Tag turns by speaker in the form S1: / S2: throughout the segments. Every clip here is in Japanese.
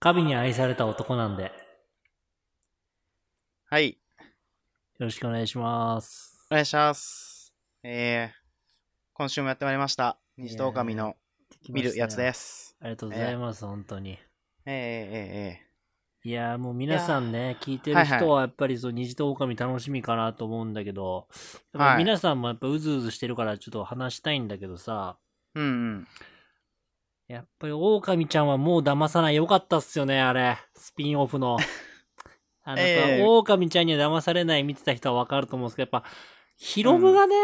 S1: 神に愛された男なんで、よ
S2: はい、
S1: ろしくお願いします。。
S2: お願いします。えー、今週もやってまいりました。虹と狼の見るやつですす。
S1: ありがとうございます、本当に。
S2: えー、え
S1: いやーもう皆さんね、聞いてる人はやっぱりそう、虹と狼楽しみかなと思うんだけど、やっぱ
S2: はい
S1: 皆さんもやっぱうずうずしてるからちょっと話したいんだけどさ、
S2: ー、えー、えー。うんうん。
S1: やっぱり狼ちゃんはもう騙さない。よかったっすよね、あれ。スピンオフ の。あの、
S2: ええ
S1: 狼ちゃんには騙されない見てた人はわかると思うんですけど、やっぱ、ヒロムがね、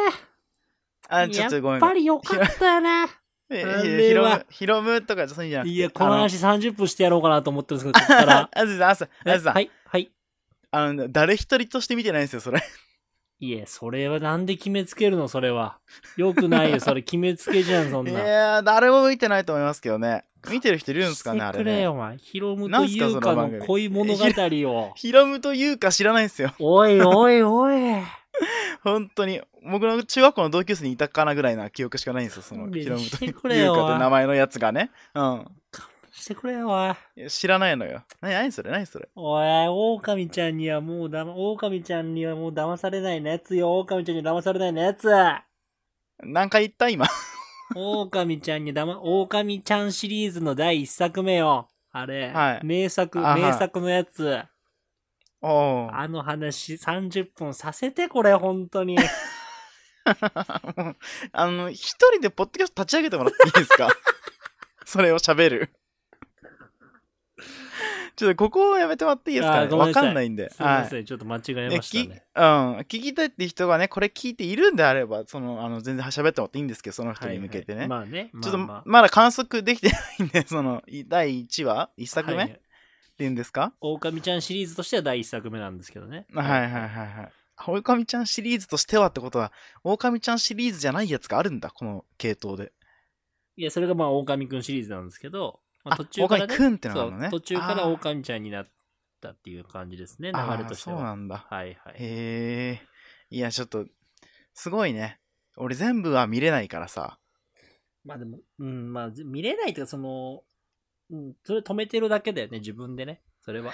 S2: あ、ちょっとごめ
S1: やっ
S2: ん。
S1: ぱりよかったよね。
S2: え
S1: あ
S2: ー、
S1: れ
S2: ひろ
S1: は
S2: む、ひろむとか、そういうんじゃなくて。
S1: いや、この
S2: あ
S1: 話30分してやろうかなと思ってるんですけど、こっか ら。
S2: あずさん、あずさん、あずさん
S1: は、い、はい。
S2: あの、誰一人として見てないんですよ、それ。
S1: いや、それはなんで決めつけるの、それは。よくないよ、それ決めつけじゃん、そん
S2: い
S1: な。
S2: やー、誰も見てないと思いますけどね。見てる人いるんですかね、あ
S1: して
S2: れ
S1: くれ
S2: ね
S1: よ、。お前。ヒロム
S2: な
S1: と
S2: んすか
S1: 優
S2: そ
S1: 香
S2: の番
S1: の
S2: 組
S1: 恋物語を。
S2: ひろむというか知らないんですよ。
S1: おいおいおい。
S2: 本当に。僕の中学校の同級生にいたかなぐらいな記憶しかないんですよ、 その、
S1: 勘
S2: ひろ
S1: 弁
S2: むと
S1: し
S2: い
S1: て
S2: う
S1: く
S2: かと
S1: れよ
S2: いう名前のやつがね。うん。
S1: してくれよ、おい。
S2: いや知らないのよ。何、何それ、何それ。
S1: おい、狼ちゃんにはもうだ、狼ちゃんにはもう騙されないのやつよ、狼ちゃんには騙されないのやつ。
S2: 何回言った今。
S1: 狼ちゃんにだま、狼ちゃんシリーズの第一作目よ。あれ、
S2: はい
S1: 名作、
S2: あはい
S1: 名作のやつ。
S2: おお。
S1: あの話30分させて、これ、本当 に。
S2: もう あの、一人でポッドキャスト立ち上げてもらっていいです かそれを喋る。ちょっとここをやめてもらっていいです
S1: あ
S2: か
S1: ー
S2: ね
S1: ごめん
S2: わ
S1: なさい
S2: かんないんで。
S1: すいま
S2: はい
S1: せん、ちょっと間違え
S2: ね
S1: ました
S2: き
S1: ね。
S2: うん、聞きたいって人がね、これ聞いているんであれば、そのあの全然喋ってもらっていいんですけど、その人
S1: はい
S2: に向けてね。
S1: はいまあね、
S2: ちょっと、
S1: まあま
S2: まだ観測できてないんで、その、い第1話 ?1
S1: あ
S2: 作目、
S1: は
S2: って
S1: い
S2: 言うんですか
S1: 狼ちゃんシリーズとしては第一作目なんですけどね。
S2: はいはいはいはい。オオカミちゃんシリーズとしてはってことは、オオカミちゃんシリーズじゃないやつがあるんだ、この系統で。
S1: いや、それがまあ、狼くんシリーズなんですけど、まあ、
S2: あ
S1: 途中からね、
S2: 狼くんってのがあるのね
S1: そう途中から
S2: あー
S1: 狼ちゃんになったっていう感じですね、
S2: あ
S1: 流
S2: あ
S1: れ
S2: ー
S1: として
S2: そう
S1: は。
S2: なんだ。
S1: はいはい。
S2: へえ。いや、ちょっと、すごいね。俺全部は見れないからさ。
S1: まあでも、うん、まあ、ぜ見れないというか、その、うん、それ止めてるだけだよね、自分でね、そ れは。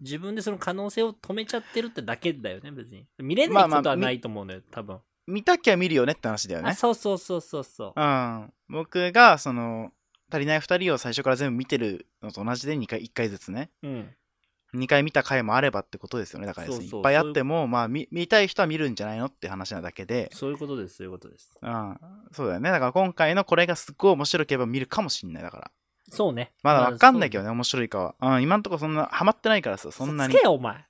S1: 自分でその可能性を止めちゃってるってだけだよね、別に。見れない
S2: ま
S1: こと
S2: あま
S1: は
S2: あみ
S1: ないと思うのよ、多分。
S2: 見たきゃ見るよねって話だよ
S1: あ、
S2: ね。
S1: そうそうそうそうそう。
S2: うん。僕が、その、足りない2人を最初から全部見てるのと同じで2回、1回ずつね。
S1: うん。
S2: 2回見た回もあればってことですよね。だからですね
S1: そうそう
S2: いっぱいあっても、まあ見、見たい人は見るんじゃないのって話なだけで。
S1: そういうことです、そういうことです。
S2: うん。そうだよね。だから今回のこれがすっごい面白ければ見るかもしんない。だから。
S1: そうね。
S2: まだわかんないけ
S1: ど、
S2: どね、面白いかは。うん、今んとこそんな、ハマってないからさ、そ
S1: そ
S2: ん
S1: ん
S2: な
S1: な
S2: に
S1: つ。けよ、お前。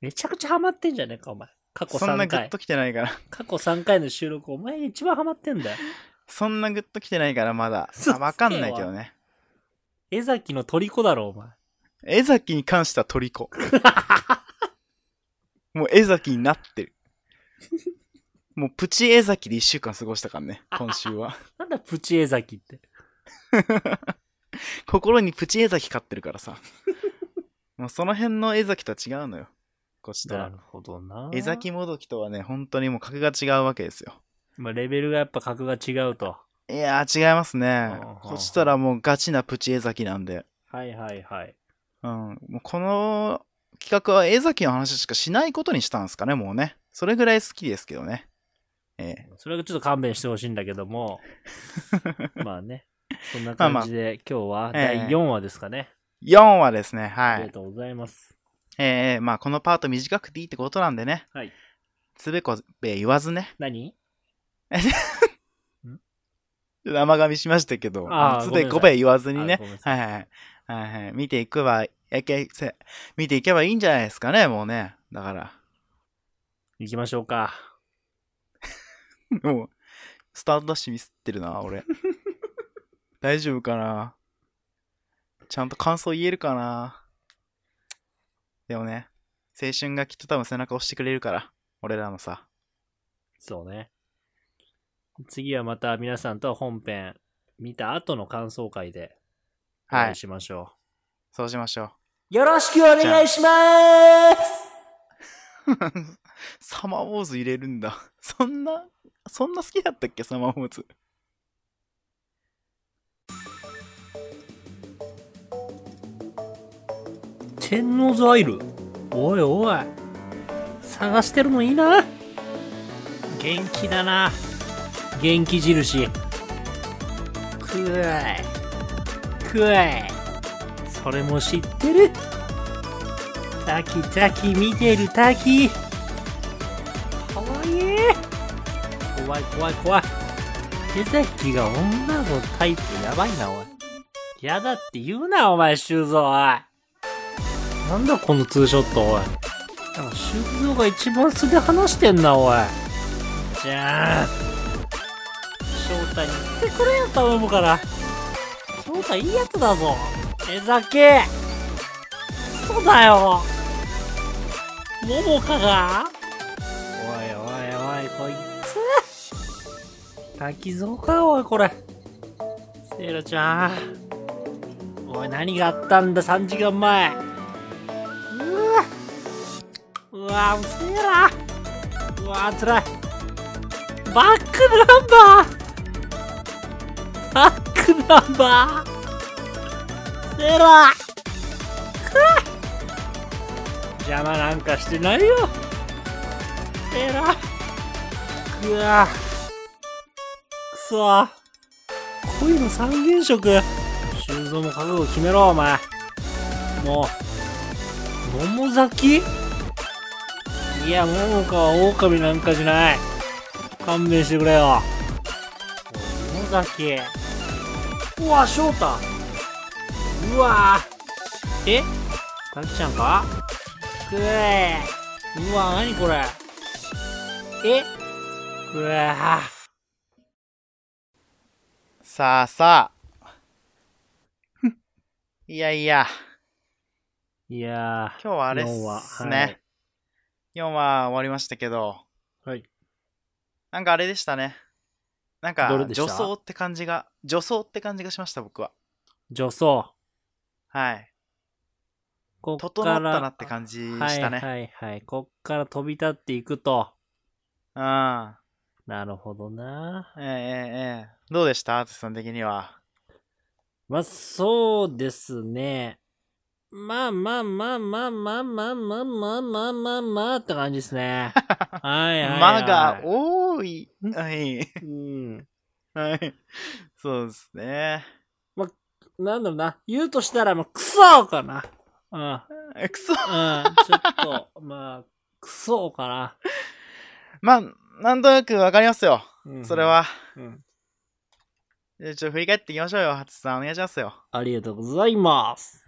S1: めちゃくちゃハマってんじゃねえか、お前。過去
S2: そんな
S1: 3
S2: グッ
S1: 回
S2: と。きてないから。
S1: 過去3回の収録、お前が一番ハマってんだよ。
S2: そんなグッときてないから、まだ
S1: 嘘。つけよ
S2: あわかんないけどね。
S1: 江崎の虜だろ、お前。
S2: 江崎に関しては 虜。もう江崎になってる。もうプチ江崎で1週間過ごしたからね、今週は。
S1: なんだ、プチ江崎って。
S2: 心にプチ江崎飼ってるからさ。もうその辺の江崎とは違うのよ。こっちと
S1: な
S2: は
S1: る。ほどな。
S2: 江崎もどきとはね、本当にもう格が違うわけですよ。
S1: まあ、レベルがやっぱ格が違うと。
S2: いやー違いますね
S1: あ。ー
S2: こっちとらもうガチなプチ江崎なんで。
S1: はいはいはい。
S2: うん。もうこの企画は江崎の話しかしないことにしたんですかね、もうね。それぐらい好きですけどね。ええ
S1: それはちょっと勘弁してほしいんだけど も。まあね。そんな感じで、今日は
S2: ええ
S1: 第4話ですかね。
S2: 4話ですね、は
S1: あり
S2: い
S1: が。とうございます。
S2: ええまあこのパート短くていいってことなんでね。
S1: はい。
S2: つべこべ言わずね。
S1: 何
S2: 生噛みしましたけど
S1: あー、
S2: つ
S1: ごめん
S2: べ
S1: なさい
S2: こべ言わずに
S1: あ
S2: ね
S1: ごめんな。さ
S2: はいはい。はいはい。見ていくば、えけせ見ていけばいいんじゃないですかね、もうね。だから。
S1: 行きましょうか。
S2: もう、スタートダッシュミスってる な、俺。大丈夫かなちゃんと感想言えるかなでもね、青春がきっと多分背中押してくれるから、俺らのさ。
S1: そうね。次はまた皆さんとは本編見た後の感想会でお
S2: は
S1: 会
S2: い
S1: い。しましょ
S2: そうし ましょ
S1: う。よろしくお願いします
S2: う。サマーウォーズ入れるんだ。そんな、そんな好きだったっけ、サマーウォーズ。
S1: 天王洲アイルおいおい探してるのいいな元気だな元気印くわいくわいそれも知ってるタキタキ見てるタキかわいい怖い怖い怖い手先が女のタイプやばいなおいやだって言うなお前修造おいなんだこのツーショットおいなんか修造が一番素で話してんなおいじゃあ翔太に言ってくれよ頼むから翔太いいやつだぞ江崎そうだよももかがおいおいおいこいつ滝蔵かおいこれセイラちゃんおい何があったんだ3時間前うわうわセイラうわつらいバックナンバーバックナンバーセイラ邪魔なんかしてないよえらくわくそ恋の三原色修造も覚悟決めろお前もう桃咲いや桃かは狼なんかじゃない勘弁してくれよ桃咲うわ翔太うわえタキちゃんかくえうわ何これえくえ
S2: さあさ あ。いやいや、
S1: いや
S2: 今日はあれっ
S1: 四話は
S2: す
S1: い
S2: ね。4話終わりましたけど、
S1: ーはい
S2: なんかあれでしたね。なんか
S1: どれ、でした
S2: 女装って感じが、女装って感じがしました、僕は。
S1: 女装
S2: はい。
S1: こっ
S2: 整っ
S1: から
S2: たなって感じしたね。
S1: はいはいはいこっから飛び立っていくと
S2: うん。
S1: なるほどな
S2: ええええええどうでした淳さん的には。
S1: まあそうですねまあまあまあまあまあまあまあまあまあまあまあって感じですねはいはい、はい、
S2: 間が多い。はい。
S1: うん
S2: はい。そうですね。
S1: なんだろうな言うとしたらもうクソかなうん
S2: えくそ。
S1: うんちょっと、まあ、クソかな。
S2: まあ、なんとなくわかりますよ。
S1: うん
S2: それ。は。
S1: うん
S2: じゃあちょっと振り返っていきましょうよ。淳さん、お願いしますよ。
S1: ありがとうございます。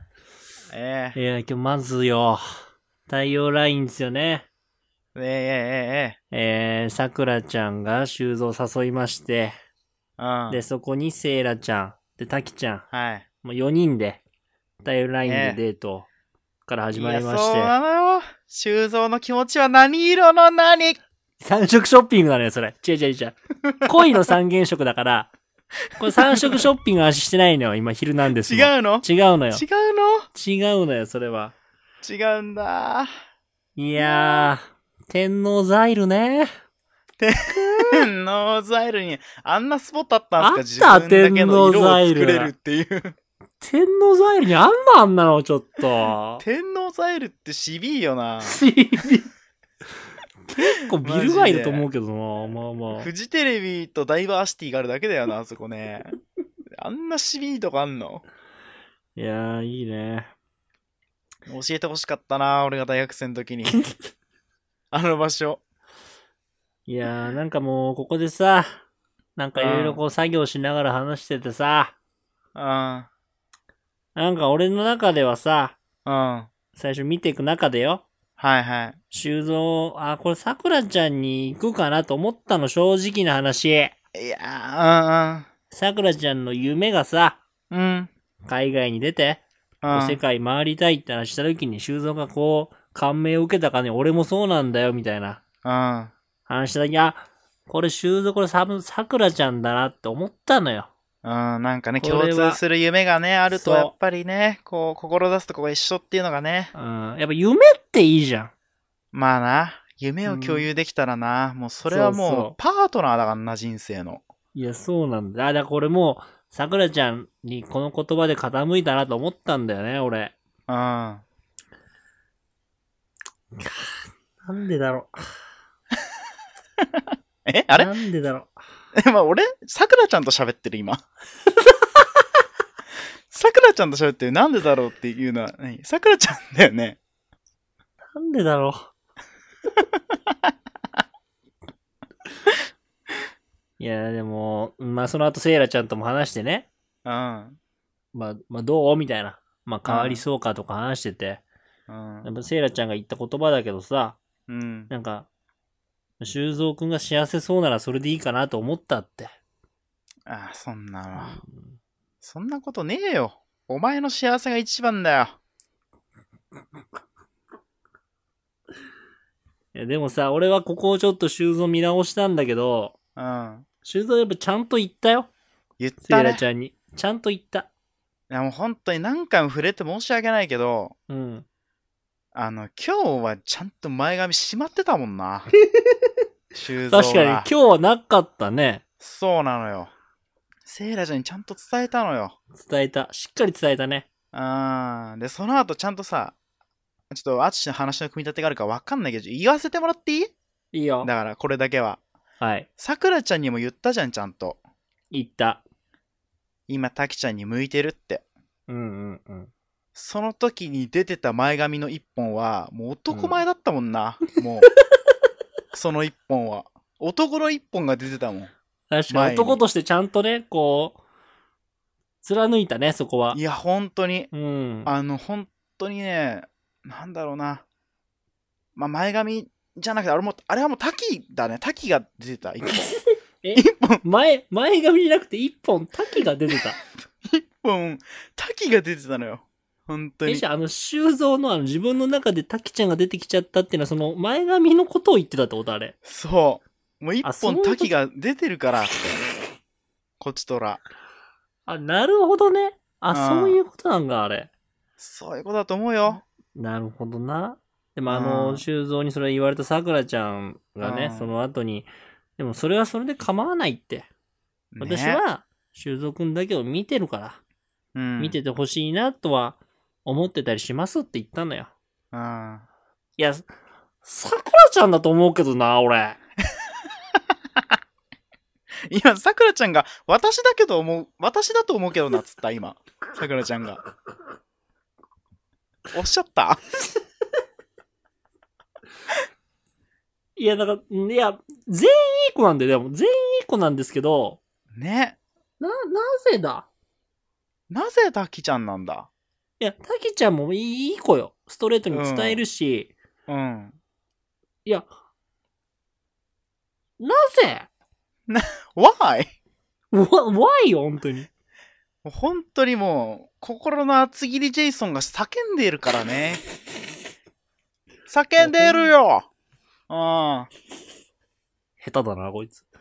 S2: ええ
S1: いや、今日まずよ、太陽ラインですよね。
S2: ええええ
S1: え
S2: え
S1: ー、さくらちゃんが修造を誘いまして、
S2: えうん。
S1: で、そこにせいらちゃん、で、たきちゃん、
S2: はい。
S1: もう4人で、太陽ラインでデートから始まりまし
S2: い
S1: て、
S2: やそうなのよ。修造の気持ちは何色の何
S1: 三色ショッピングだね、それ。違う違う違う。恋の三原色だ から、これ三色ショッピングはしてないのよ、今、昼なんです
S2: 違うの
S1: 違うのよ。
S2: 違うの
S1: 違うのよ、それは。
S2: 違うんだ。
S1: いやー、天皇ザイルね。
S2: ノーザイルにあんなスポットあったんですか
S1: あった
S2: 自分だけの色
S1: 天王ザ
S2: を
S1: イル
S2: 作れるっていう。。
S1: 天皇ザイルにあんなあんなの、ちょっと
S2: 天王ザイルってしびいよな。
S1: 結構ビル街だと思うけどな、まあまあ。
S2: フジテレビとダイバーシティがあるだけだよな、あそこね。あんなシビいとこあんの
S1: いやー、いいね。
S2: 教えてほしかったな、俺が大学生の 時に。あの場所。
S1: いやー、なんかもう、ここでさ、なんかいろいろこう作業しながら話しててさ、
S2: うん。
S1: なんか俺の中ではさ、
S2: うん。は
S1: 最初見ていく中でよ、
S2: いはい。
S1: 修造、あ、これ桜ちゃんに行くかなと思ったの、正直な話。
S2: いや
S1: 桜ちゃんの夢がさ、
S2: ー、うんうん。うん。
S1: 海外に出て、
S2: うん
S1: 世界回りたいって話した時に修造がこう、感銘を受けたかね、俺もそうなんだよ、みたいな
S2: うん。
S1: 話した時、あ、これ修造これさぶ、桜ちゃんだなって思ったのよ。
S2: うん、なんかね、
S1: これは
S2: 共通する夢がね、あると、
S1: そう
S2: やっぱりね、こう、志すとこが一緒っていうのがね、
S1: うん。やっぱ夢っていいじゃん。
S2: まあな、夢を共有できたらな、もうそれは
S1: そうそ
S2: も
S1: う
S2: う、パートナーだからな、人生の。
S1: いや、そうなんだ。あ、だからこれもう、桜ちゃんにこの言葉で傾いたなと思ったんだよね、俺。
S2: うん。
S1: なんでだろう。
S2: えあれ
S1: なんでだろ
S2: え、まあ、俺、さくらちゃんと喋ってる、今。 さくらちゃんと喋ってる。なんでだろうっていうのは、何さくらちゃんだよね。
S1: う。なんでだろう。いや、でも、まあ、その後、セイラちゃんとも話してね。
S2: うん。
S1: まあ、まあ、どうみたいな。まあ、変わりそうかとか話してて。
S2: うん
S1: やっぱ、セイラちゃんが言った言葉だけどさ、
S2: うん。
S1: なんか、修造くんが幸せそうならそれでいいかなと思ったって。
S2: ああ、そんなの。
S1: うん
S2: そんなことねえよ。お前の幸せが一番だよ。
S1: いや、でもさ、俺はここをちょっと修造見直したんだけど、
S2: うん。
S1: 修造やっぱちゃんと言ったよ。
S2: 言っ
S1: セ
S2: た
S1: イラ
S2: ね。
S1: ちゃんに。ちゃんと言った。
S2: いやもう本当に何回も触れて申し訳ないけど、
S1: うん。
S2: あの、今日はちゃんと前髪締まってたも んな。修造が
S1: 確かに今日はなかったね。
S2: そうなのよ。セイラちゃんにちゃんと伝えたのよ。
S1: 伝えた。しっかり伝えたね。
S2: あーで、その後ちゃんとさ、ちょっとアツシの話の組み立てがあるから分かんないけど、言わせてもらっていい
S1: いいよ
S2: だ。からこれだけは。
S1: はい。
S2: さくらちゃんにも言ったじゃん、ちゃんと。
S1: 言った。
S2: 今、たきちゃんに向いてるって。
S1: うんうんうん。
S2: その時に出てた前髪の一本は、もう男前だったもんな。もう。その一本は。男の一本が出てたもん。
S1: 確か
S2: 前
S1: に
S2: に。
S1: 男としてちゃんとね、こう、貫いたね、そこはい
S2: や、本当に。
S1: うん。
S2: あの、本当にね、なんだろうな。まあ、前髪じゃなくて、あれも、あれはもう滝だね。滝が出てた、一本。
S1: え
S2: 一本、
S1: 前、前髪じゃなくて一本、滝が出てた。
S2: 一本、滝が出てたのよ。本当
S1: え、
S2: に
S1: じ。ゃあ、あの、修造のあの、自分の中で滝ちゃんが出てきちゃったっていうのは、その、前髪のことを言ってたってことあれ。
S2: そう。もう一
S1: あそういう
S2: 本
S1: こと
S2: 滝が出てる からって。こっちとら。
S1: あ、なるほどね。あ、
S2: うん
S1: そういうことなんだ、あれ。
S2: そういうことだと思うよ。
S1: なるほどな。でも、あの、
S2: うん
S1: 修造にそれ言われたさくらちゃんがね
S2: う、ん
S1: その後に、でも、それはそれで構わないって。
S2: ね
S1: 私、は、修造くんだけを見てるから、
S2: うん、
S1: 見ててほしいなとは思ってたりしますって言ったのよ。
S2: うん。
S1: いや、ささくらちゃんだと思うけどな、俺。
S2: 今、さくらちゃんが、私だけど思う、私だと思うけどな、つった、今。さくらちゃんが。おっしゃった
S1: いや、だから、いや、全員いい子なんで、でも、全員いい子なんですけど、
S2: ね。
S1: な、なぜだ
S2: なぜ滝ちゃんなんだ
S1: いや、たきちゃんもいい子よ。ストレートに伝えるし、
S2: うん。
S1: いや、なぜ
S2: Why?
S1: わ、why よ、本当に。
S2: もう本当にもう、心の厚切りジェイソンが叫んでいるからね。叫んでいるようん。
S1: 下手だな、こいつ。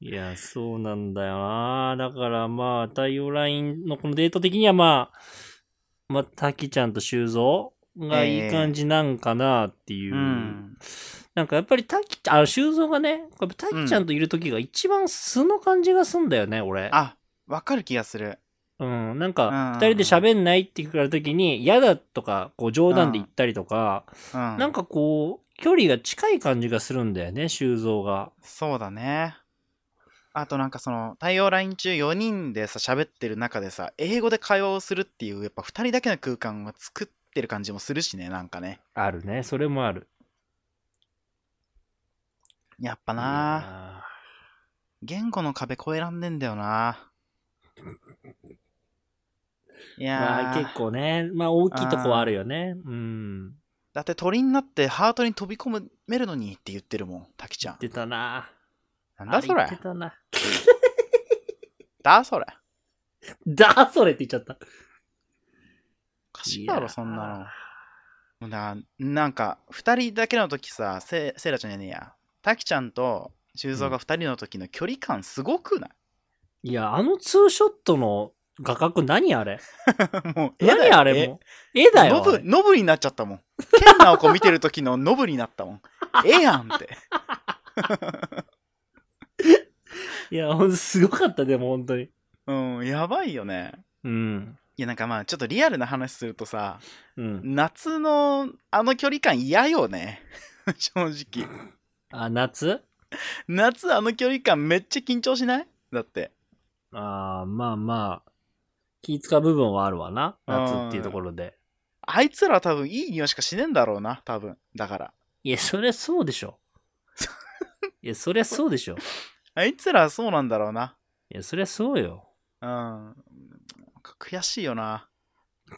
S1: いや、そうなんだよな。だからまあ、太陽ラインのこのデート的にはまあ、まあ、たきちゃんと修造がいい感じなんかなっていう。
S2: うん。
S1: なんかやっぱりタキ、あ、修造がね、やっぱタキちゃんといる時が一番素の感じがすんだよね、俺。
S2: あ、わかる気がする。
S1: うん。なん
S2: うん
S1: か、二人で喋んないって聞かれた時に、嫌だとか、こう冗談で言ったりとか、
S2: うん。
S1: なんかこう、距離が近い感じがするんだよね、修造が。
S2: そうだね。あとなんかその、太陽ライン中4人でさ、喋ってる中でさ、英語で会話をするっていう、やっぱ2人だけの空間を作ってる感じもするしね、なんかね。
S1: あるね、それもある。
S2: やっぱ
S1: い
S2: な
S1: や
S2: 言語の壁越えらんねんだよない
S1: ー
S2: や
S1: まあ
S2: ー
S1: 結構ね、まあ大きいとこはあるよね。うん。
S2: だって鳥になってハートに飛び込めるのにって言ってるもん、滝ちゃん。
S1: 言ってたな。
S2: なんだそれ
S1: あ言ってたな。
S2: だそれ。
S1: だ、それって言っちゃった。
S2: おかしいだ
S1: いや
S2: ろ、
S1: ー
S2: そんなの。もうななんか、二人だけの時さ、せセイラちゃんじゃねえや。滝ちゃんと修造が二人の時の距離感すごくない、
S1: いや、あのツーショットの画角何あれ
S2: もう絵だよ
S1: 何あれもう絵だよ。
S2: ノ
S1: あ
S2: ブ、
S1: れ
S2: ノブになっちゃったもん。ケンナオコ見てる時のノブになったもん。ええやんって。
S1: いや、ほんとすごかった、でも本当に。
S2: うん、やばいよね。
S1: うん。
S2: いやなんかまあちょっとリアルな話するとさ
S1: うん。
S2: 夏のあの距離感嫌よね 正直
S1: あ、夏
S2: 夏あの距離感めっちゃ緊張しないだって
S1: ああ、まあまあ。気使う部分はあるわな。夏っていうところで。
S2: あいつら多分いい匂いしかしねえんだろうな多分だから
S1: いや、そりゃそうでし ょ。いや、そりゃそうでしょ。
S2: あいつらはそうなんだろうない
S1: や、そりゃそうよ。
S2: うんなんか悔しいよな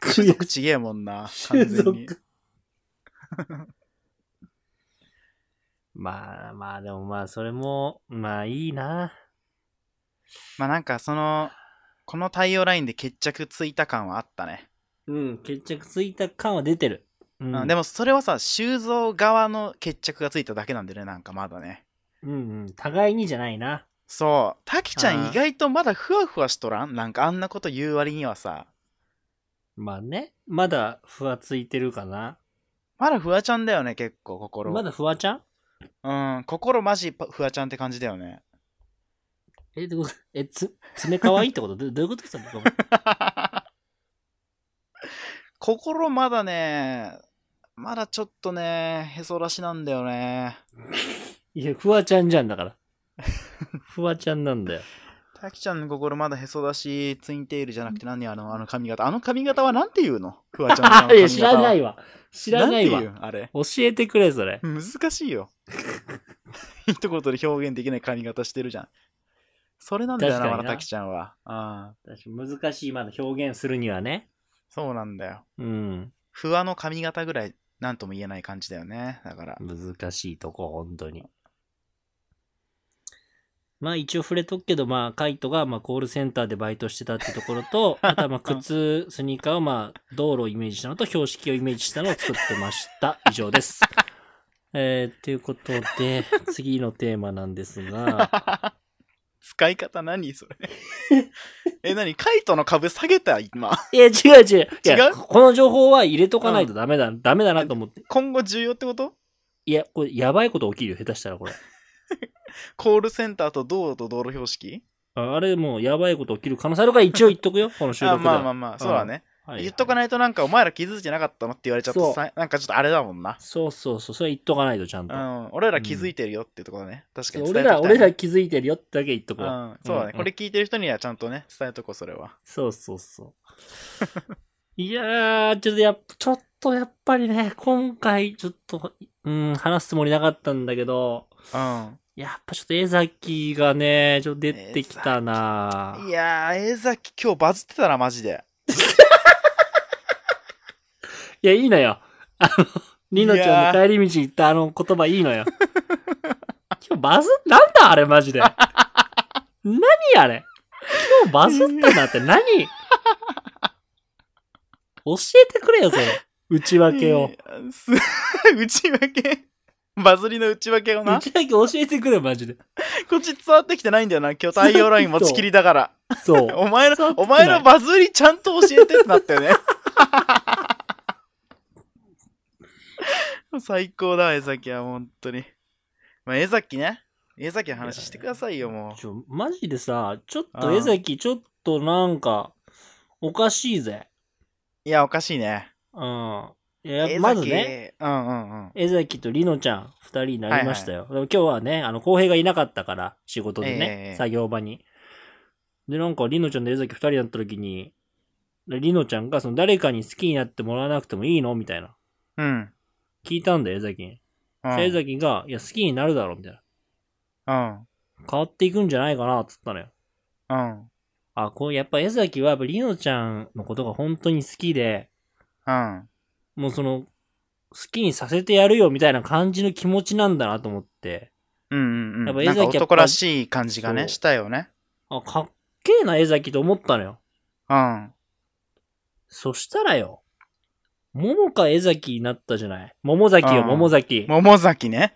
S2: 種
S1: 悔
S2: 族ちげえもんな完 全に
S1: 種まあまあ、でもまあ、それも、まあいいな。
S2: まあなんかそのこの対応ラインで決着ついた感はあったね、
S1: うん、決着ついた感は出てる。う
S2: うん
S1: ん、
S2: で
S1: も、
S2: もそれはさ修造側の決着がついただけなんでねなんかまだね
S1: うんうん、互いにじゃないな。
S2: そう滝ちゃ
S1: あ
S2: ん
S1: ー
S2: 意外とまだふわふわしとらんなんかあんなこと言う割にはさ
S1: まあね、まだふわついてるかな。
S2: まだフワちゃんだよね結構心
S1: まだふわちゃん
S2: うん心マジフワちゃんって感じだよね
S1: え、どういうことえ、つ、爪可愛いってことどどういうことですか
S2: 心まだねまだちょっとねへそ出しなんだよね
S1: いや、フワちゃんじゃんだ から。フワちゃんなんだよ。
S2: 滝ちゃんの心まだへそ出しツインテールじゃなくて何あのあの髪型あの髪型はなんて言うのフワちゃんのあ の
S1: い
S2: 髪型
S1: や、知らない
S2: わ
S1: わ。知らないわ
S2: んて。言うあれ
S1: 教えてくれ、それ。
S2: 難しいよ。 一言で表現できない髪型してるじゃん。それなんだよな、
S1: 確かに
S2: ま
S1: な
S2: だたきちゃんは。ああ、
S1: 確かに難しい、まだ表現するにはね。
S2: そうなんだよ。
S1: うん。
S2: 不和の髪型ぐらい、なんとも言えない感じだよね。だから。
S1: 難しいとこ、本当に。まあ一応触れとくけど、まあカイトがまあコールセンターでバイトしてたってところ と、あとはまあ靴、スニーカーをまあ道路をイメージしたのと標識をイメージしたのを作ってました。以上です。えー、ということで、次のテーマなんです が、
S2: 使い方何それ。 え、何カイトの株下げた今。
S1: いや違う違う。いや
S2: 違う
S1: この情報は入れとかないとダメだ、ダメだなと思って。
S2: 今後重要ってこと
S1: いや、これやばいこと起きるよ、下手したらこれ。
S2: コールセンターと道路と道路標識
S1: ああれもうやばいこと起きる可能性あるから一応言っとくよ、この収
S2: あ
S1: 録では。
S2: まあまあまあ、そうだね。
S1: はい
S2: 言っとかないとなんか、お前ら気づいてなかったのって言われちゃって
S1: そう
S2: さ、なんかちょっとあれだもんな。
S1: そうそうそう、それ言っとかないとちゃん
S2: う
S1: と。
S2: ん、俺ら気づいてるよっていうところね。確かに伝
S1: 俺
S2: えときたい
S1: ら、
S2: ね
S1: 俺ら気づいてるよってだけ言っとこう。
S2: うん、そうだね、
S1: うん
S2: これ聞いてる人にはちゃんとね、伝えとこう、それは。
S1: そうそうそう。いやー、ちょっとやっぱ、ちょっとやっぱりね、今回ちょっと、うん、話すつもりなかったんだけど、
S2: う
S1: やっぱちょっと江崎がね、ちょっと出てきたなぁ
S2: いやー、江崎今日バズってたな、マジで。
S1: いや、いいのよ。あの、ニノちゃんの帰り道行ったあの言葉いいのよ。 今日バズっなんだあれマジで。 何あれ今日バズったなって何教えてくれよ、それ。内訳を
S2: い。やす内訳バズりの内訳をな。
S1: 内訳教えてくれよ、マジで。
S2: こっち伝わってきてないんだよな、今日太陽ライン持ちきりだから。
S1: そう。
S2: お前
S1: 伝わってない
S2: の、お前のバズりちゃんと教えてってなっ たよね。最高だ、江崎は、本当に。まあ、江崎ね。江崎の話してくださいよ、もう。
S1: ちょ、マジでさ、ちょっ
S2: う
S1: と
S2: ん
S1: 江崎、ちょっとなんか、おかしいぜ。
S2: いや、おかしいね。
S1: うん。いや、
S2: 江
S1: まず
S2: 崎
S1: ね。。
S2: うんうんうん。
S1: 江崎とりのちゃん、二人になりましたよ。でも今日はね、あの、浩平がいなかったから、仕事でね、
S2: ええ
S1: 作業場に。で、なんか、りのちゃんと江崎二人だった時に、でりのちゃんが、その、誰かに好きになってもらわなくてもいいのみたいな。
S2: うん。
S1: 聞いたんだよ、江崎に。
S2: う
S1: そし
S2: ん
S1: たら江崎が、いや、好きになるだろ、みたいな。
S2: うん。
S1: 変わっていくんじゃないかな、つったのよ。
S2: うん。
S1: あ、こう、やっぱ江崎は、やっぱりのちゃんのことが本当に好きで、
S2: うん。
S1: もうその、好きにさせてやるよ、みたいな感じの気持ちなんだなと思って。
S2: うんうん
S1: やっ
S2: う
S1: ぱ
S2: ん。
S1: 江
S2: なん
S1: 崎
S2: か
S1: やっぱ
S2: 男らしい感じが
S1: そ
S2: ね、
S1: う
S2: したよね。
S1: あ、かっけえな、江崎と思ったのよ。
S2: うん。
S1: そしたらよ、桃か江崎になったじゃない。桃崎よ、
S2: うん
S1: 桃崎。
S2: 桃崎ね。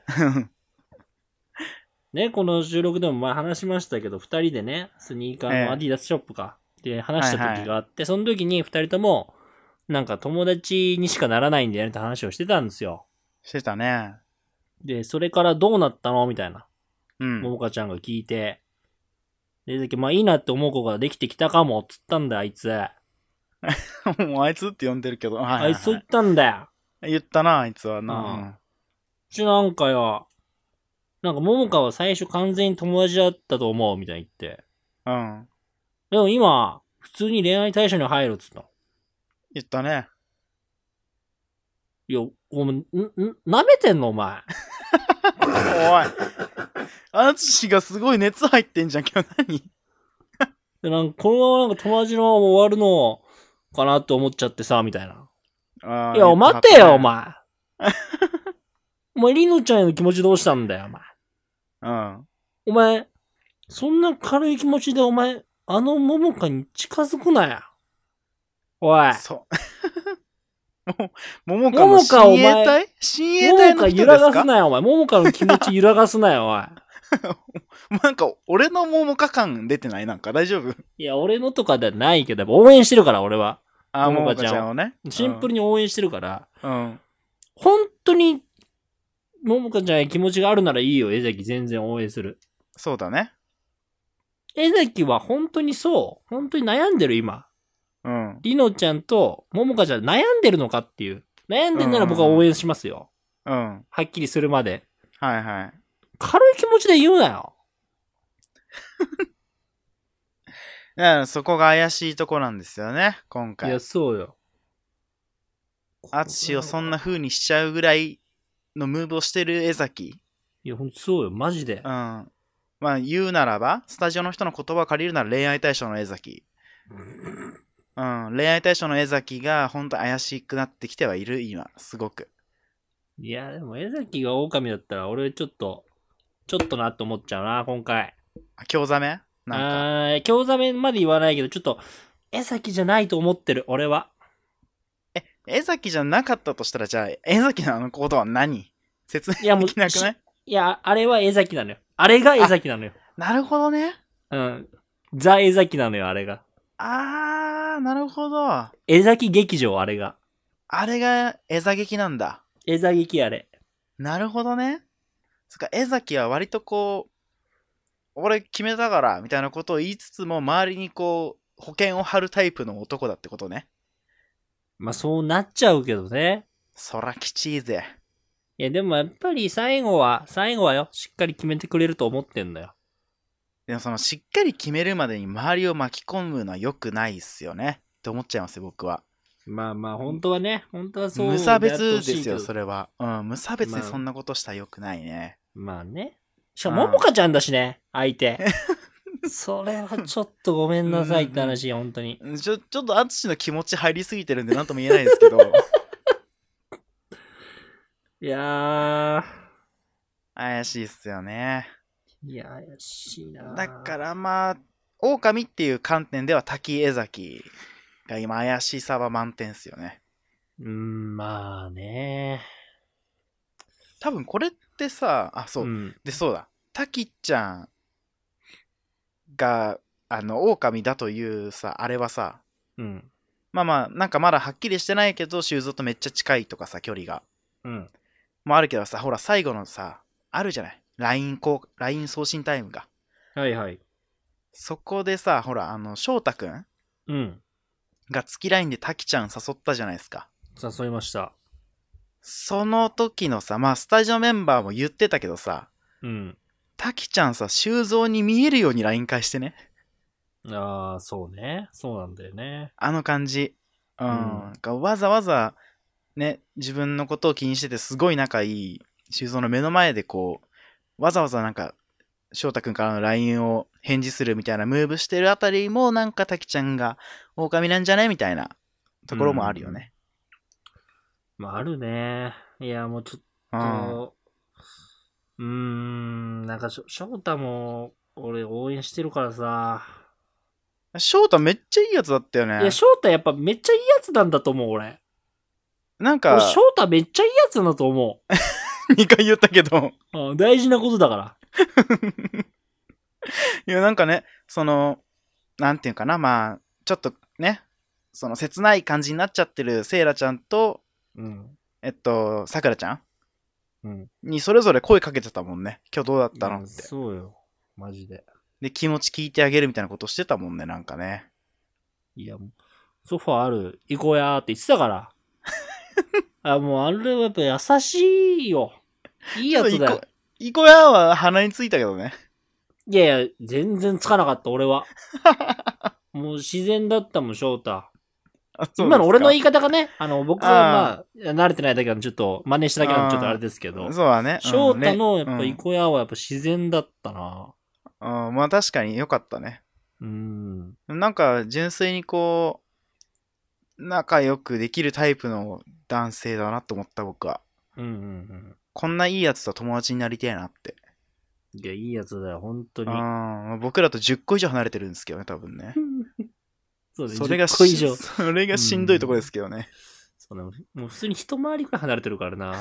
S1: ね、この収録でも前話しましたけど、二人でね、スニーカー
S2: ええ
S1: のアディダスショップか、で話した
S2: はいは
S1: 時
S2: い
S1: があって、その時に二人とも、なんか友達にしかならないんだよねって話をしてたんですよ。
S2: してたね。
S1: で、それからどうなったのみたいな、
S2: うん。
S1: 桃香ちゃんが聞いて。で江崎、まあいいなって思う子ができてきたかも、つったんだ、あいつ。
S2: もうあいつって呼んでるけど。はいはいは
S1: あいつ言ったんだよ。
S2: 言ったな、あいつは
S1: うん
S2: な。
S1: うちなんかよ、なんか桃香は最初完全に友達だったと思うみたいに言って。
S2: うん。うん
S1: でも今、普通に恋愛対象に入るっつったの。
S2: 言ったね。
S1: いや、お前、ん、ん、舐めてんのお前。
S2: おい。あつしがすごい熱入ってんじゃん、今日何
S1: で、なんかこのままなんか友達のまま終わるのかなって思っちゃってさ、みたいな。
S2: あー
S1: いや、待てよ、お。
S2: 言っ
S1: 前。 お前、りのちゃんへの気持ちどうしたんだよ、お前。
S2: たね
S1: お前、そんな軽い気持ちでお前、あの桃香に近づくなよ。お
S2: う
S1: い
S2: ん。、そう。 ももかの
S1: 桃香お
S2: 親
S1: 前
S2: 衛隊親衛
S1: 桃
S2: 隊の
S1: 香
S2: 人
S1: 揺
S2: です
S1: らがす
S2: か
S1: なよ、お前。桃香の気持ち揺らがすなよ、おい。
S2: なんか、俺の桃香感出てないなんか大丈夫
S1: いや、俺のとかではないけど、やっぱ応援してるから、俺は。
S2: あー、
S1: も
S2: も
S1: も
S2: も
S1: か
S2: か
S1: ち
S2: ち
S1: ゃん
S2: ゃんをね。
S1: シンプル
S2: ル。
S1: に応援してるから、
S2: うん。
S1: 本当に、桃香ちゃんへ気持ちがあるならいいよ、江崎。全然応援する。
S2: そうだね。
S1: 江崎は本当にそう。本当に悩んでる、今。
S2: うん。
S1: りのちゃんとももかちゃん悩んでるのかっていう。悩んでんなら僕は応援しますよ。
S2: うん。
S1: はっきりするまで。
S2: はいはい。
S1: 軽い気持ちで言うなよ。
S2: だからそこが怪しいとこなんですよね、今
S1: い
S2: 回
S1: や、。そうよ。
S2: アツシをそんな。風にしちゃうぐらいのムーブをしてる江崎。
S1: いや、ほんとそうよ。マジで
S2: うん。。まあ言うならば、スタジオの人の言葉を借りるなら恋愛対象の江崎。うん。恋愛対象の江崎が本当怪しくなってきてはいる、今。すごく。
S1: いや、でも江崎が狼だったら俺ちょっと、ちょっとなって思っちゃうな、今回。
S2: あ興ざめなんか。
S1: あー、京ざめまで言わないけど、ちょっと、江崎じゃないと思ってる、俺は。
S2: 江崎じゃなかったとしたら、じゃあ、江崎のあの行動は何説
S1: いや、
S2: 明
S1: もう、
S2: できなくない
S1: しいや、あれは江崎なのよ。あれが江崎なのよ。
S2: なるほどね。
S1: うん。ザ・江崎なのよ、あれが。
S2: あー、なるほど。あ
S1: 江崎劇場、あれが。
S2: れが江崎なんだ。
S1: 江崎劇あれ。
S2: なるほどね。そっか、江崎は割とこう、俺決めたから、みたいなことを言いつつも、周りにこう、保険を張るタイプの男だってことね。
S1: まあ、そうなっちゃうけどね。
S2: そらきちいぜ。
S1: いや、でもやっぱり最後は、最後はよ、しっかり決めてくれると思ってんだよ。
S2: でもその、しっかり決めるまでに周りを巻き込むのは良くないっすよね。って思っちゃいますよ、僕は。
S1: まあまあ、本当はね、本当はそう
S2: 無差別です
S1: やってほしいけど
S2: よ、それは。うん、無差別
S1: まあ
S2: でそんなことしたら良くないね。
S1: まあね。しか
S2: う
S1: も、
S2: ん
S1: ももかちゃんだしね、相手。 それはちょっとごめんなさいって話、本当に。
S2: うんちょ、ちょっと、アツシの気持ち入りすぎてるんで、なんとも言えないです けど。
S1: いや
S2: 怪しいっすよね。
S1: ー、いや、怪しいな。
S2: だか、らまあ、狼っていう観点では滝江崎が今怪しさは満点ですよね。
S1: うん、まあね。
S2: 多分これってさ、あ、そう、
S1: ん、
S2: で、そうだ。滝ちゃんが、あの、狼だというさ、あれはさ、
S1: うん、
S2: まあまあ、なんかまだはっきりしてないけど、修造とめっちゃ近いとかさ、距離が。
S1: うん。
S2: もあるけどさ、ほら、最後のさ、あるじゃない。LINE こう、LINE 送信タイムが。
S1: はいはい。
S2: そこでさ、ほら、あの、翔太くん
S1: うん、
S2: が月 LINE で滝ちゃん誘ったじゃないですか。
S1: 誘いました。
S2: その時のさ、まあ、スタジオメンバーも言ってたけどさ、
S1: うん。
S2: タキちゃんさ、修造に見えるように LINE 返してね。
S1: ああ、そうね。そうなんだよね。
S2: あの感じ。うん。
S1: うん
S2: がわざわざ、ね、自分のことを気にしてて、すごい仲いい修造の目の前でこう、わざわざなんか、翔太くんからの LINE を返事するみたいなムーブしてるあたりも、なんかタキちゃんが、狼なんじゃねみたいなところもあるよね。
S1: まあ、あるね。いや、もうちょっ
S2: うん。
S1: と、うーん、なんかしょ、翔太も、俺応援してるからさ。
S2: 翔太めっちゃいいやつだったよ
S1: いや、
S2: ね。
S1: 翔太やっぱめっちゃいいやつなんだと思う、俺。
S2: なん
S1: 俺
S2: か、
S1: 翔太めっちゃいいやつなんだと思う
S2: 2回言ったけど。
S1: うん。大事なことだから。
S2: いや、なんかね、その、なんていうかな、まあ、ちょっとね、その切ない感じになっちゃってるセイラちゃんと、
S1: うん。
S2: えっと、さくらちゃん
S1: うん。
S2: にそれぞれ声かけてたもんね。今日どうだったのって。
S1: そうよ。マジで。
S2: で、気持ち聞いてあげるみたいなことしてたもんね、なんかね。
S1: いや、もうソファーある、行こうやーって言ってた から。あ、もうあれはやっぱ優しいよ。いいやつだ
S2: ちょっ
S1: よ
S2: と。イコヤは鼻についたけどね。
S1: いやいや、全然つかなかった、俺は。もう自然だったもん、翔太。
S2: あそうですか
S1: 今の俺の言い方がね、あの、僕は
S2: あ
S1: まあ、慣れてないだけなんで、ちょっと真似しただけなんで、ちょっとあれですけど。
S2: そうだね。うん
S1: 翔太の、や
S2: ね
S1: っぱ、
S2: うん
S1: イコヤはやっぱ自然だったな。
S2: うん、まあ確かに良かったね。
S1: うん。
S2: なんか純粋にこう、仲良くできるタイプの男性だなと思った僕は。
S1: うんうんうん。
S2: こんないいやつと友達になりたいなって。
S1: いや、いいやつだよ、本当
S2: うん
S1: に。
S2: まあ、僕らと10個以上離れてるんですけどね、多分ね。
S1: そうね、
S2: それが
S1: 10個以上。
S2: し それがしんどいとこですけどね。
S1: そうね、もう普通に一回りくらい離れてるからな。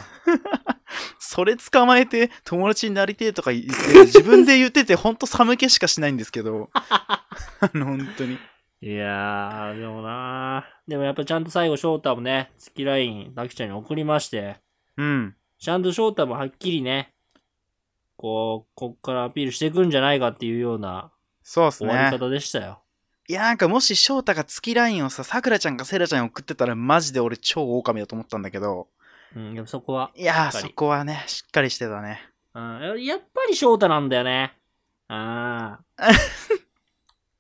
S2: それ捕まえて友達になりてえとか言 って、自分で言っててほんと寒気しかしないんですけど。 あの、本当に。
S1: いやー、でもなー。でもやっぱちゃんと最後、翔太もね、月ライン、ラキちゃんに送りまして、
S2: うん。
S1: ちゃんと翔太もはっきりね、こう、こっからアピールしていくんじゃないかっていうような
S2: そうっす
S1: 終わり
S2: ね。
S1: 方でしたよ。
S2: いや、なんかもし翔太が月ラインをさ、さくらちゃんかセラちゃんに送ってたらマジで俺超狼だと思ったんだけど。
S1: うん、でもそこは。
S2: いや
S1: しっ
S2: ー、
S1: かり
S2: そこはね、しっかりしてたね。
S1: うん、やっぱり翔太なんだよね。 ああ。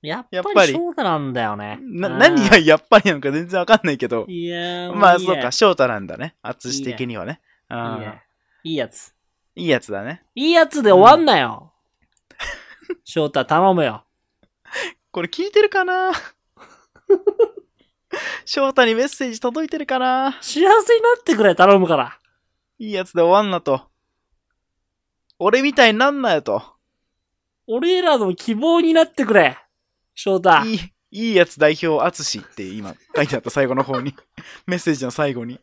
S1: やっ
S2: やっ
S1: ぱ
S2: ぱ
S1: り
S2: り
S1: 翔太なんだよね。
S2: な、
S1: うん
S2: 何がやっぱりなのか全然わかんないけど。
S1: いやー、
S2: まあ、
S1: も
S2: そう
S1: いい
S2: か、
S1: ね
S2: 翔太なんだね。淳的にはね。あ
S1: いい
S2: ー
S1: ねいいやつ。
S2: いいやつだね。
S1: いいやつで終わんなよ。翔太頼むよ。
S2: これ聞いてるかな 翔太にメッセージ届いてるかな
S1: 幸せになってくれ、頼むから。
S2: いいやつで終わんなと。俺みたいになんなよと。
S1: 俺らの希望になってくれ。翔太。
S2: いい、いいやつ代表、淳って今書いてあった最後の方に。 メッセージの最後に。
S1: い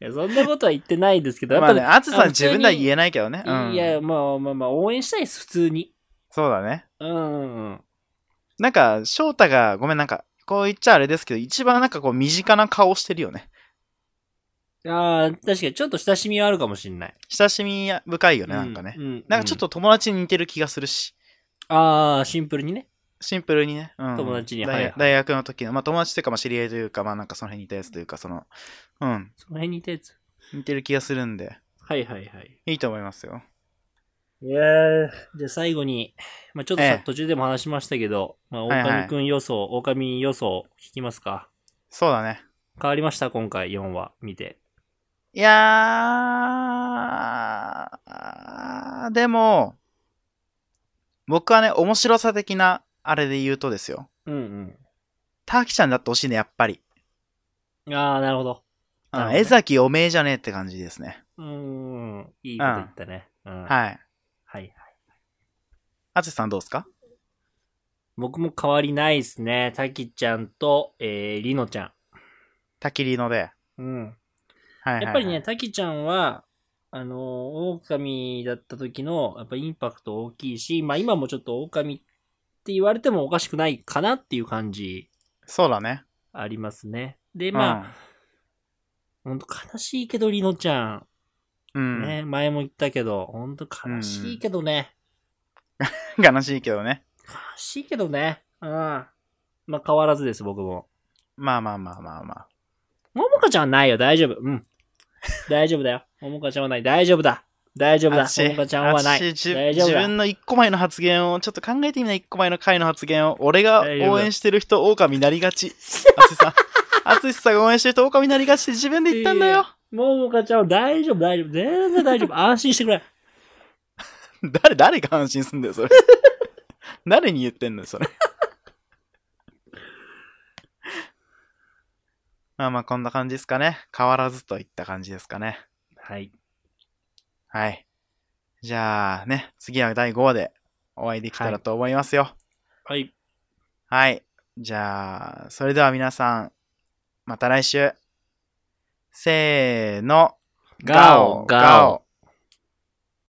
S1: やそんなことは言ってないですけど、やっ
S2: まあ
S1: ぱ
S2: ね、
S1: ね、
S2: 淳さ
S1: あ
S2: ん
S1: の
S2: 自分では言えないけどね。うん。
S1: いや、まあまあまあ、応援したいです、普通に。
S2: そうだね。
S1: うんうんうん。
S2: なんか、翔太が、ごめん、なんか、こう言っちゃあれですけど、一番なんかこう、身近な顔してるよね。
S1: ああ、確かにちょっと親しみはあるかもしんない。
S2: 親しみ深いよね、なんかね。
S1: うう
S2: なんかちょっと友達に似てる気がするし、
S1: ああ、シンプルにね。
S2: シンプルにね。うん、
S1: 友達に
S2: 大
S1: はいはい
S2: 大学の時の、まあ友達というか、まあ知り合いというか、まあなんかその辺にいたやつというか、その、うん、
S1: その辺にいたやつ。
S2: 似てる気がするんで、
S1: はいはいはい。
S2: いいと思いますよ。
S1: いやじゃあ最後に、まあちょっとさ、
S2: ええ
S1: 途中でも話しましたけど、まあ、
S2: はいはい
S1: 狼くん予想、狼予想、聞きますか。
S2: そうだね。
S1: 変わりました今回4話見て。
S2: いやーあー、でも、僕はね、面白さ的な、あれで言うとですよ。
S1: うん
S2: ターキちゃんだってほしいね、やっぱり。
S1: うん。ああ、なるほど。
S2: う
S1: な
S2: ん
S1: るほどね
S2: 江崎おめえじゃねえって感じですね。
S1: うーん。いいこと言ったね。うん。はい。
S2: はい。
S1: はい。
S2: あつさんどうですか
S1: 僕も変わりないですね。たきちゃんと、えー、りのちゃ
S2: たきりので。
S1: ん。うん。
S2: はいはいはい、
S1: やっぱりね、たきちゃんは、あのー、狼だった時の、やっぱインパクト大きいし、まあ今もちょっと狼って言われてもおかしくないかなっていう感じ
S2: そうだね。
S1: ありますね。で、まあ、ほんと悲しいけど、りのちゃん。
S2: うん。うん
S1: ね、前も言ったけど、ほんと悲しいけどね。
S2: 悲しいけどね。
S1: 悲しいけどね。うん。まあ変わらずです、僕も。
S2: まあまあまあまあまあ。
S1: ももかちゃんはないよ、大丈夫。うん。大丈夫だよ。ももかちゃんはない。大丈夫だ。大丈夫だ。
S2: あつし
S1: ももかちゃんはな
S2: あつ
S1: い。
S2: しじ
S1: 大丈夫
S2: 自
S1: だ。
S2: 分の一個前の発言を、ちょっと考えてみない一個前の回の発言を、俺が
S1: 大丈夫
S2: 応援してる人、狼になりが ち。あつしさん。あつしさんが応援してる人、狼になりがちって自分で言ったんだ
S1: いや
S2: よ。
S1: ももかちゃんは大丈夫、大丈夫。全然大丈夫。安心してくれ。
S2: 誰、誰が安心すんだよ、それ。誰に言ってんのよ、それ。まあまあ、こんな感じですかね。変わらずといった感じですかね。
S1: はい。
S2: はい。じゃあね、次は第5話でお会いできたらと思いますよ。
S1: はい。
S2: はい。じゃあ、それでは皆さん、また来週。せーの。
S1: ガオガオ。